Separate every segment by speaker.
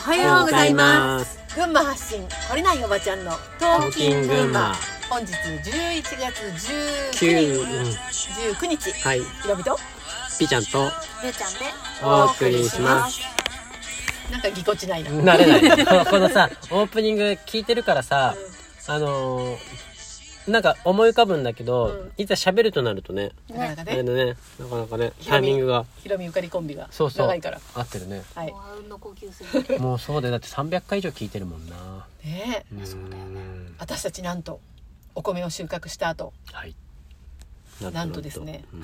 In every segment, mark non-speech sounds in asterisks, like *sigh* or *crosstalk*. Speaker 1: はようございます。す群馬発信懲りないおばちゃんのトーキン群馬本日11月
Speaker 2: 九、
Speaker 1: 19日19日
Speaker 2: はい、
Speaker 1: ひろみと
Speaker 2: ピーちゃんと
Speaker 3: ゆうちゃんで
Speaker 2: お送りします。
Speaker 1: なんかぎこちないな
Speaker 2: 慣れない。このさ、オープニング聞いてるからさ、あのーなんか思い浮かぶんだけど、
Speaker 1: うん
Speaker 2: いざ喋るとなるとね、
Speaker 1: なかなか
Speaker 2: あ
Speaker 1: ね
Speaker 2: れだね、なかなかね、タイミングが、
Speaker 1: ひろみゆかりコンビが
Speaker 2: そうそう、
Speaker 1: 長いから
Speaker 2: 合ってるね。
Speaker 1: はい
Speaker 3: もうあうんの呼吸する
Speaker 2: もうそうで、だって300回以上聞いてるもんな。
Speaker 1: ねえ
Speaker 2: うん
Speaker 3: そうだよね
Speaker 1: 私たちなんとお米を収穫した後
Speaker 2: はい。
Speaker 1: なんとですね
Speaker 2: うん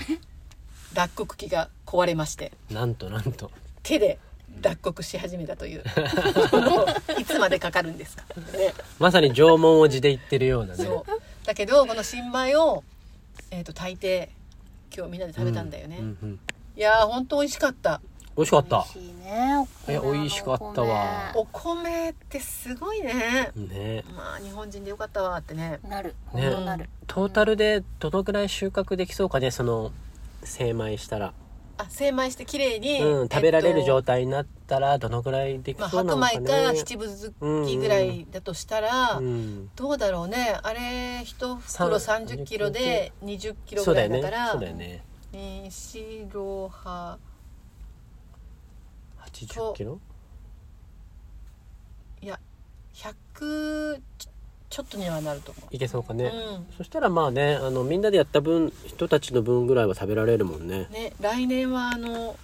Speaker 1: 脱穀機が壊れまして
Speaker 2: なんと *laughs* なんと。
Speaker 1: 手で脱穀し始めたといういつまでかかるんですか、ね、
Speaker 2: まさに縄文を地で言ってるようなね。
Speaker 1: そうだけどこの新米を、えー、と炊いて今日みんなで食べたんだよね、
Speaker 2: ううんうん
Speaker 1: いやー本当美味しかった
Speaker 2: 美味しかった。
Speaker 3: 美味しいね
Speaker 2: え美味しかったわ
Speaker 1: お米ってすごいね
Speaker 2: ね
Speaker 1: まあ日本人でよかったわってね
Speaker 3: なるほ
Speaker 2: ね
Speaker 3: んとなる
Speaker 2: トータルでどのくらい収穫できそうかね、その、精米したら。
Speaker 1: あ精米して綺麗に、
Speaker 2: うん、食べられる状
Speaker 1: 態、
Speaker 2: 態になったら、どのくらいでき
Speaker 1: まあ、
Speaker 2: そうな
Speaker 1: 白
Speaker 2: のかね。
Speaker 1: 米か七分月ぐらいだとしたら、
Speaker 2: うん。
Speaker 1: どうだろうねあれ一袋
Speaker 2: 三
Speaker 1: 30キロで20キロ
Speaker 2: そ
Speaker 1: ぐ
Speaker 2: うだ
Speaker 1: ら
Speaker 2: よ
Speaker 1: いだ
Speaker 2: ね
Speaker 1: か。
Speaker 2: そ
Speaker 1: ら
Speaker 2: うだよね。
Speaker 1: 西ロハ
Speaker 2: 80キロ
Speaker 1: いや100ちょちょっとにはなると思
Speaker 2: いけそうか
Speaker 1: う、
Speaker 2: ね。そしたらまあね、あの、みんなでやった分、人たちの分ぐらいは食べられるもんね
Speaker 1: うん。ね来年はあの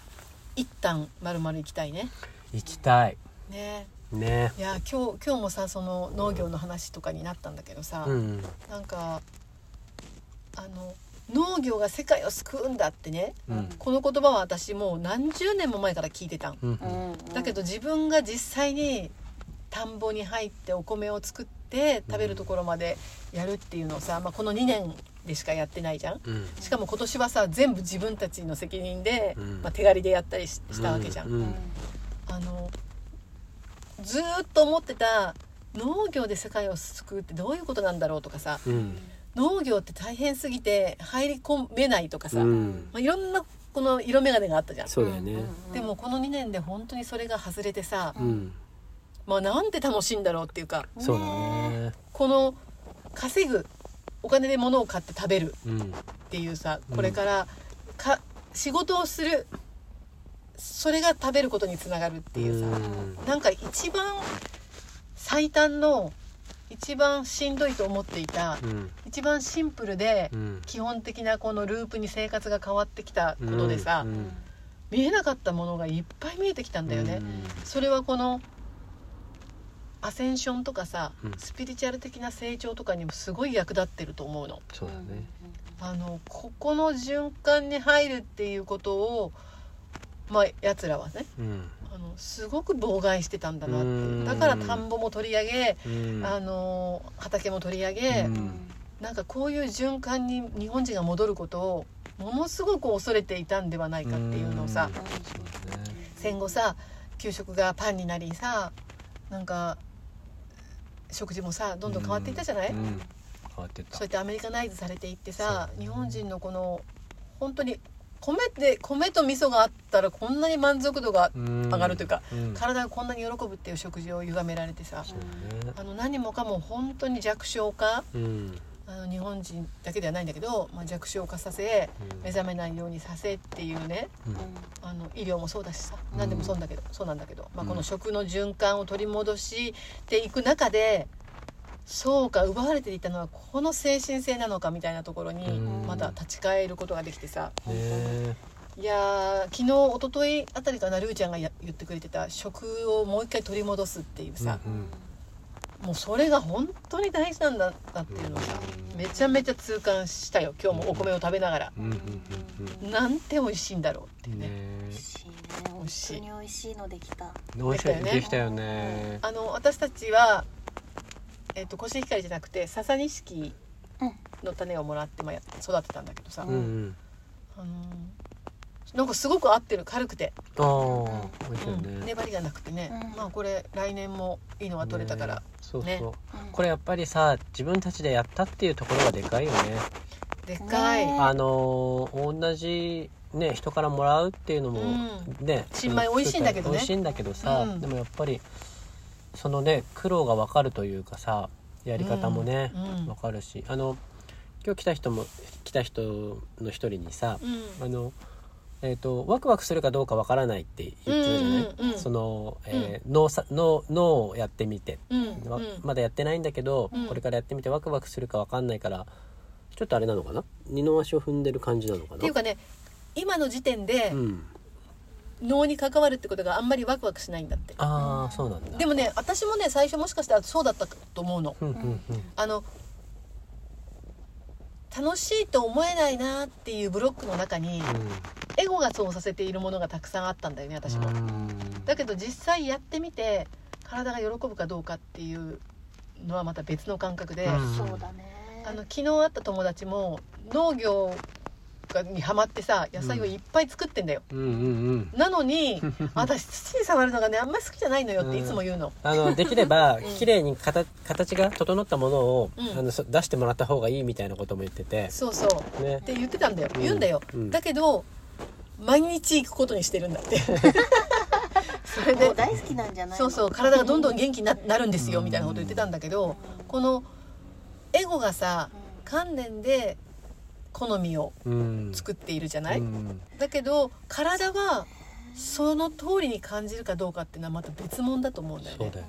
Speaker 1: 一旦まるまる行きたいね
Speaker 2: 行きたい。
Speaker 1: ね
Speaker 2: ね。
Speaker 1: いや今日今日もさその農業の話とかになったんだけどさ、
Speaker 2: うん。
Speaker 1: なんかあの農業が世界を救うんだってね
Speaker 2: うん。
Speaker 1: この言葉は私もう何十年も前から聞いてたん
Speaker 2: うん。
Speaker 3: うんうん
Speaker 1: だけど自分が実際に田んぼに入ってお米を作って食べるところまでやるっていうのをさ、まあ、この2年でしかやってないじゃん
Speaker 2: うん。
Speaker 1: しかも今年はさ全部自分たちの責任で、
Speaker 2: うん
Speaker 1: まあ、手刈りでやったりししたわけじゃん、
Speaker 2: う
Speaker 3: うん
Speaker 2: ん。
Speaker 1: あのずーっと思ってた農業で世界を救うってどういうことなんだろうとかさ
Speaker 2: うん。
Speaker 1: 農業って大変すぎて入り込めないとかさ、
Speaker 2: う
Speaker 1: ま
Speaker 2: ん。
Speaker 1: あ、いろんなこの色眼鏡があったじゃん
Speaker 2: そうだよね。
Speaker 1: でもこの2年で本当にそれが外れてさ、
Speaker 2: うん。
Speaker 1: まあ、なんて楽しいんだろうっていうか
Speaker 2: そうだね。
Speaker 1: この稼ぐお金で物を買って食べる
Speaker 2: うん。
Speaker 1: っていうさこれからか仕事をするそれが食べることにつながるっていうさなんか一番最短の一番しんどいと思っていた
Speaker 2: うん。
Speaker 1: 一番シンプルで
Speaker 2: うん。
Speaker 1: 基本的なこのループに生活が変わってきたことでさ
Speaker 2: うん
Speaker 1: 見えなかったものがいっぱい見えてきたんだよね。それはこのアセンションとかさ、
Speaker 2: うん
Speaker 1: スピリチュアル的な成長とかにもすごい役立ってると思うの
Speaker 2: そうだね。
Speaker 1: あのここの循環に入るっていうことをまあやつらはね
Speaker 2: うん。
Speaker 1: あのすごく妨害してたんだなって
Speaker 2: う
Speaker 1: い
Speaker 2: ん
Speaker 1: うだから田んぼも取り上げ、
Speaker 2: うん。
Speaker 1: あの畑も取り上げ、
Speaker 2: うん
Speaker 1: なんかこういう循環に日本人が戻ることをものすごく恐れていたんではないかっていうのをさ、
Speaker 2: うんそうだね
Speaker 1: 戦後さ給食がパンになりさなんか食事もさどんどん変わっていったじゃない、
Speaker 2: うん変わってった
Speaker 1: そうやってアメリカナイズされていってさ、
Speaker 2: そう
Speaker 1: 日本人のこの本当に米って米と味噌があったらこんなに満足度が、上
Speaker 2: 上
Speaker 1: がるというか、
Speaker 2: ん
Speaker 1: 体がこんなに喜ぶっていう食事を歪められてさ
Speaker 2: そうね
Speaker 1: あの何もかも本当に弱小化
Speaker 2: うん
Speaker 1: あの日本人だけではないんだけど、まあ、弱小化させ
Speaker 2: うん
Speaker 1: 目覚めないようにさせっていうねあの医療もそうだしさ
Speaker 2: うん
Speaker 1: 何でもそうだけど、そうなんだけど、まあ、
Speaker 2: うん
Speaker 1: この食の循環を取り戻していく中でそうか奪われていたのはこの精神性なのかみたいなところに
Speaker 2: うん
Speaker 1: また立ち返ることができてさ、
Speaker 2: ね
Speaker 1: いやー昨日一昨日あたりかなルーちゃんがや言ってくれてた食をもう一回取り戻すっていうさ、
Speaker 2: うん
Speaker 1: もうそれが本当に大事なんだなっていうのをさ
Speaker 2: うん
Speaker 1: めちゃめちゃ痛感したよ今日もお米を食べながら。
Speaker 2: うんうん
Speaker 1: なんて美味しいんだろうっていううんね。
Speaker 2: ね
Speaker 3: 美味しいね
Speaker 1: 美味しい
Speaker 3: 本当に美味しいのできた
Speaker 2: どうしよ
Speaker 1: できた
Speaker 2: う
Speaker 1: よね
Speaker 2: できたよね
Speaker 1: あの私たちは、えっとコシヒカリじゃなくてササニシキの種をもらって、まあ、育てたんだけどさ、
Speaker 2: うんうん
Speaker 1: あのーなんかすごく合ってる軽くて、
Speaker 2: ああ美味しいよ
Speaker 1: う
Speaker 2: ね
Speaker 1: ん粘りがなくてね、
Speaker 3: うん
Speaker 1: まあこれ来年もいいのが取れたから、
Speaker 2: ねそう
Speaker 1: ね
Speaker 2: そう
Speaker 3: うん
Speaker 2: これやっぱりさ自分たちでやったっていうところがでかいよね
Speaker 1: でっかい、
Speaker 3: ね
Speaker 2: あのー同じね人からもらうっていうのもね、
Speaker 1: 新米美味しいんだけどね
Speaker 2: 美味しいんだけどさ、
Speaker 1: うん
Speaker 2: でもやっぱりそのね苦労が分かるというかさやり方もね、
Speaker 1: うんうん
Speaker 2: 分かるしあの今日来た人も来た人の一人にさ、
Speaker 1: うん
Speaker 2: あのえー、とワクワクするかどうかわからないって言ってるじゃない、
Speaker 1: うんうんうん
Speaker 2: その、えー脳さ脳脳をやってみて
Speaker 1: うん
Speaker 2: わ
Speaker 1: うん
Speaker 2: まだやってないんだけど、
Speaker 1: うん
Speaker 2: これからやってみてワクワクするかわかんないからちょっとあれなのかな二の足を踏んでる感じなのかな
Speaker 1: っていうかね今の時点で
Speaker 2: うん、
Speaker 1: 脳に関わるってことがあんまりワクワクしないんだって
Speaker 2: ああそうなんだ
Speaker 1: でもね私もね最初もしかしたらそうだったと思うの
Speaker 2: うんうんうん
Speaker 1: あの楽しいと思えないなっていうブロックの中にエゴがそうさせているものがたくさんあったんだよね私も
Speaker 2: うん
Speaker 1: だけど実際やってみて体が喜ぶかどうかっていうのはまた別の感覚で、
Speaker 2: うん
Speaker 3: そうだね
Speaker 1: あの昨日会った友達も農業がにハマってさ野菜をいっぱい作ってんだよ、
Speaker 2: うんうんうん
Speaker 1: なの *laughs* に私土に触るのがねあんまり好きじゃないのよっていつも言うの、
Speaker 2: あのできれば綺麗に形形が整ったものを、
Speaker 1: うん
Speaker 2: あのそ出してもらった方がいいみたいなことも言ってて
Speaker 1: そうそうっ
Speaker 2: ね
Speaker 1: て言ってたんだよ言うんだよ、
Speaker 2: うん
Speaker 1: だけど毎日行くことにしてるんだ *laughs* ってそれ
Speaker 3: も
Speaker 1: で
Speaker 3: う大好きなんじゃない
Speaker 1: そうそう体がどんどん元気にななるんですよみたいなこと言ってたんだけどこのエゴがさ観念で好みを
Speaker 2: うん
Speaker 1: 作っているじゃない、
Speaker 2: うん
Speaker 1: だけど体はその通りに感じるかどうかっていうのはまた別物だと思うんだよ
Speaker 2: そう
Speaker 1: ね
Speaker 2: だよ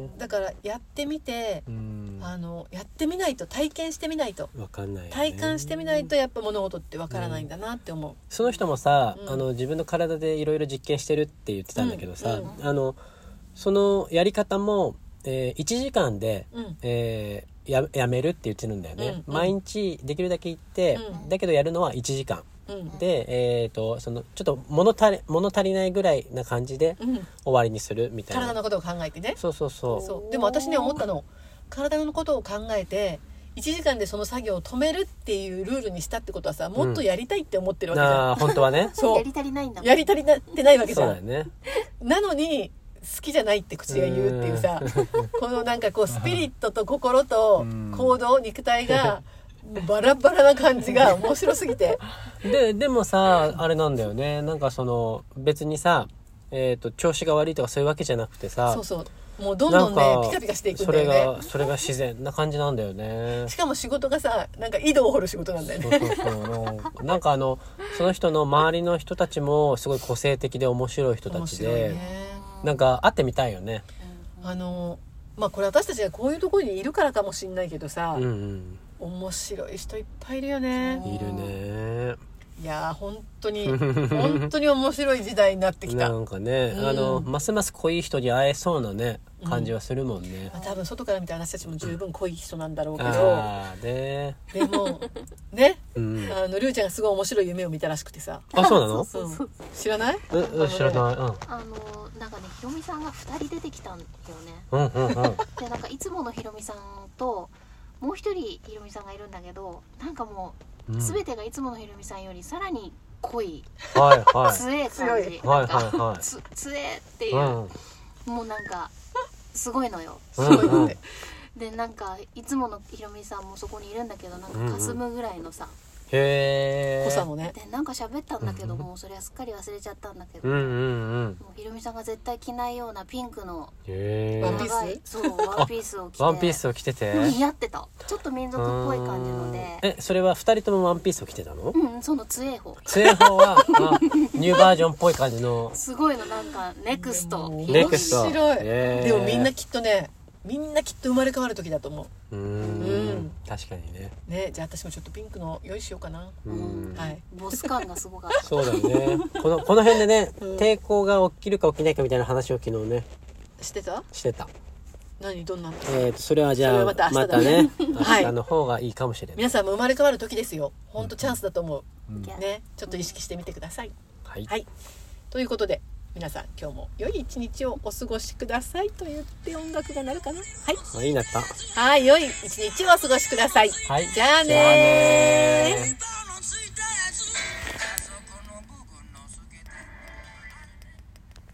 Speaker 2: ね
Speaker 1: だからやってみて
Speaker 2: う、ん
Speaker 1: あのやってみないと体験してみないと
Speaker 2: わかんないよね
Speaker 1: 体感してみないとやっぱ物事ってわからないんだなって思う、
Speaker 2: その人もさ、
Speaker 1: うん
Speaker 2: あの自分の体でいろいろ実験してるって言ってたんだけどさ、
Speaker 1: うん
Speaker 2: あのそのやり方も、えー1時間で、
Speaker 1: うんうん
Speaker 2: えーややめるって言ってるんだよね、
Speaker 1: うん
Speaker 2: 毎日できるだけ行って、
Speaker 1: うん
Speaker 2: だけどやるのは1時間
Speaker 1: うん
Speaker 2: で、えー、とそのちょっと物足り物足りないぐらいな感じで終わりにするみたいな
Speaker 1: 体のことを考えてね
Speaker 2: そうそうそう
Speaker 1: そうでも私ね思ったの体のことを考えて1時間でその作業を止めるっていうルールにしたってことはさもっとやりたいって思ってるわけじゃん、
Speaker 2: あー本当はね
Speaker 1: *laughs* そう
Speaker 3: やり足りないんだもん
Speaker 1: やり足りなってないわけじ
Speaker 2: そう
Speaker 1: ゃ
Speaker 2: だ
Speaker 1: ん
Speaker 2: よね
Speaker 1: なのに好きじゃないって口が言うっていうさ *laughs* このなんかこうスピリットと心と
Speaker 2: うん
Speaker 1: 行動肉体がバラバラな感じが面白すぎ
Speaker 2: *laughs*
Speaker 1: て
Speaker 2: ででもさあれなんだよねなんかその別にさ、えー、と調子が悪いとかそういうわけじゃなくてさ
Speaker 1: そうそうもうどんどんね
Speaker 2: なんか
Speaker 1: ピカピカしていくん
Speaker 2: そ
Speaker 1: だ
Speaker 2: れ
Speaker 1: よね
Speaker 2: がそれが自然な感じなんだよ
Speaker 1: *laughs*
Speaker 2: ね
Speaker 1: しかも仕事がさなんか井戸を掘る仕事なんだよ
Speaker 2: そ
Speaker 1: ね
Speaker 2: うそうそうなんかあのその人の周りの人たちもすごい個性的で面白い人た
Speaker 1: 面
Speaker 2: ち
Speaker 1: 白い
Speaker 2: で、
Speaker 1: ね
Speaker 2: なんか会ってみたいよね
Speaker 1: あのまあこれ私たちがこういうところにいるからかもしんないけどさ、
Speaker 2: うん
Speaker 1: 面白い人いっぱいいるよね
Speaker 2: うんいるね
Speaker 1: いやー本当に本当に面白い時代になってき
Speaker 2: *laughs*
Speaker 1: た
Speaker 2: なんかね、
Speaker 1: うん
Speaker 2: あのますます濃い人に会えそうなね感じはするもんね
Speaker 1: ま、あ多分外から見て私たちも十分濃い人なんだろうけど
Speaker 2: ああで、
Speaker 1: でもね
Speaker 2: うん、
Speaker 1: あのりゅうちゃんがすごい面白い夢を見たらしくてさ、
Speaker 2: あそうなの
Speaker 1: うん知らない
Speaker 2: ええ知らないうん
Speaker 3: あのなんかねひろみさんが二人出てきたんだよね
Speaker 2: うんうんうん
Speaker 3: でなんかいつものひろみさんともう一人ひろみさんがいるんだけどなんかも
Speaker 2: う
Speaker 1: *laughs*
Speaker 3: うん全てがいつものひろみさんよりさらに濃い
Speaker 2: はいは
Speaker 3: 強え
Speaker 1: 強
Speaker 3: 感
Speaker 1: い
Speaker 3: じ
Speaker 2: は
Speaker 3: ないん
Speaker 2: はい
Speaker 3: か
Speaker 2: はい
Speaker 3: つ強えって
Speaker 2: い。。
Speaker 3: いううんもうなんかすごいのよ
Speaker 1: すごいよね
Speaker 3: でなんかいつものひろみさんもそこにいるんだけどなん
Speaker 2: うんう
Speaker 3: か
Speaker 2: ん
Speaker 3: かすむぐらいのさ
Speaker 2: へえ。
Speaker 1: 濃さもね
Speaker 3: でなんか喋ったんだけど
Speaker 2: うんうん
Speaker 3: もうそれはすっかり忘れちゃったんだけど
Speaker 2: うん
Speaker 3: も
Speaker 2: う
Speaker 3: うん
Speaker 2: うん。
Speaker 3: ひろみさんが絶対着ないようなピンクの
Speaker 2: へ
Speaker 1: ワンピー
Speaker 2: え。
Speaker 1: ス
Speaker 3: 長いそうワンピースを着て
Speaker 2: ワンピースを着てて。
Speaker 3: 似合ってたちょっと民族っぽい感じの
Speaker 2: う
Speaker 3: で
Speaker 2: んえ、それは二人ともワンピースを着てたの？
Speaker 3: うんその強え方
Speaker 2: 通
Speaker 1: *laughs*
Speaker 2: 報はあニューバージョンっぽい感じの。
Speaker 3: すごいのなんかネクスト
Speaker 1: 面
Speaker 2: ネクスト
Speaker 1: 白い
Speaker 2: へー
Speaker 1: でもみんなきっとねみんなきっと生まれ変わる時だと思
Speaker 2: うー
Speaker 1: うんん。
Speaker 2: 確かにね。
Speaker 1: うねじゃあ私もちょっとピンクの用意しようかな
Speaker 2: うん。
Speaker 1: はい
Speaker 3: ボス感がすごかった
Speaker 2: そうだよね。このこの辺でね、
Speaker 1: うん
Speaker 2: 抵抗が起きるか起きないかみたいな話を昨日ね
Speaker 1: してた
Speaker 2: してた。
Speaker 1: 何どんな
Speaker 2: えっとそれはじ
Speaker 1: そ
Speaker 2: ゃ
Speaker 1: れ
Speaker 2: あ
Speaker 1: はまた明
Speaker 2: ま
Speaker 1: 日
Speaker 2: た
Speaker 1: だ
Speaker 2: ね
Speaker 1: ね、*laughs*
Speaker 2: 明
Speaker 1: はい
Speaker 2: 日の方がいいかもしれない。
Speaker 1: 皆さんも生まれ変わる時ですよほんとチャンスだと思
Speaker 2: うん
Speaker 1: うねちょっと意識してみてください
Speaker 2: はい
Speaker 1: はいということで皆さん今日も良い一日をお過ごしくださいと言って音楽が鳴るかなはい
Speaker 2: あいいなった。
Speaker 1: はい良い一日をお過ごしください
Speaker 2: はい。
Speaker 1: じゃあねー
Speaker 2: じゃあねー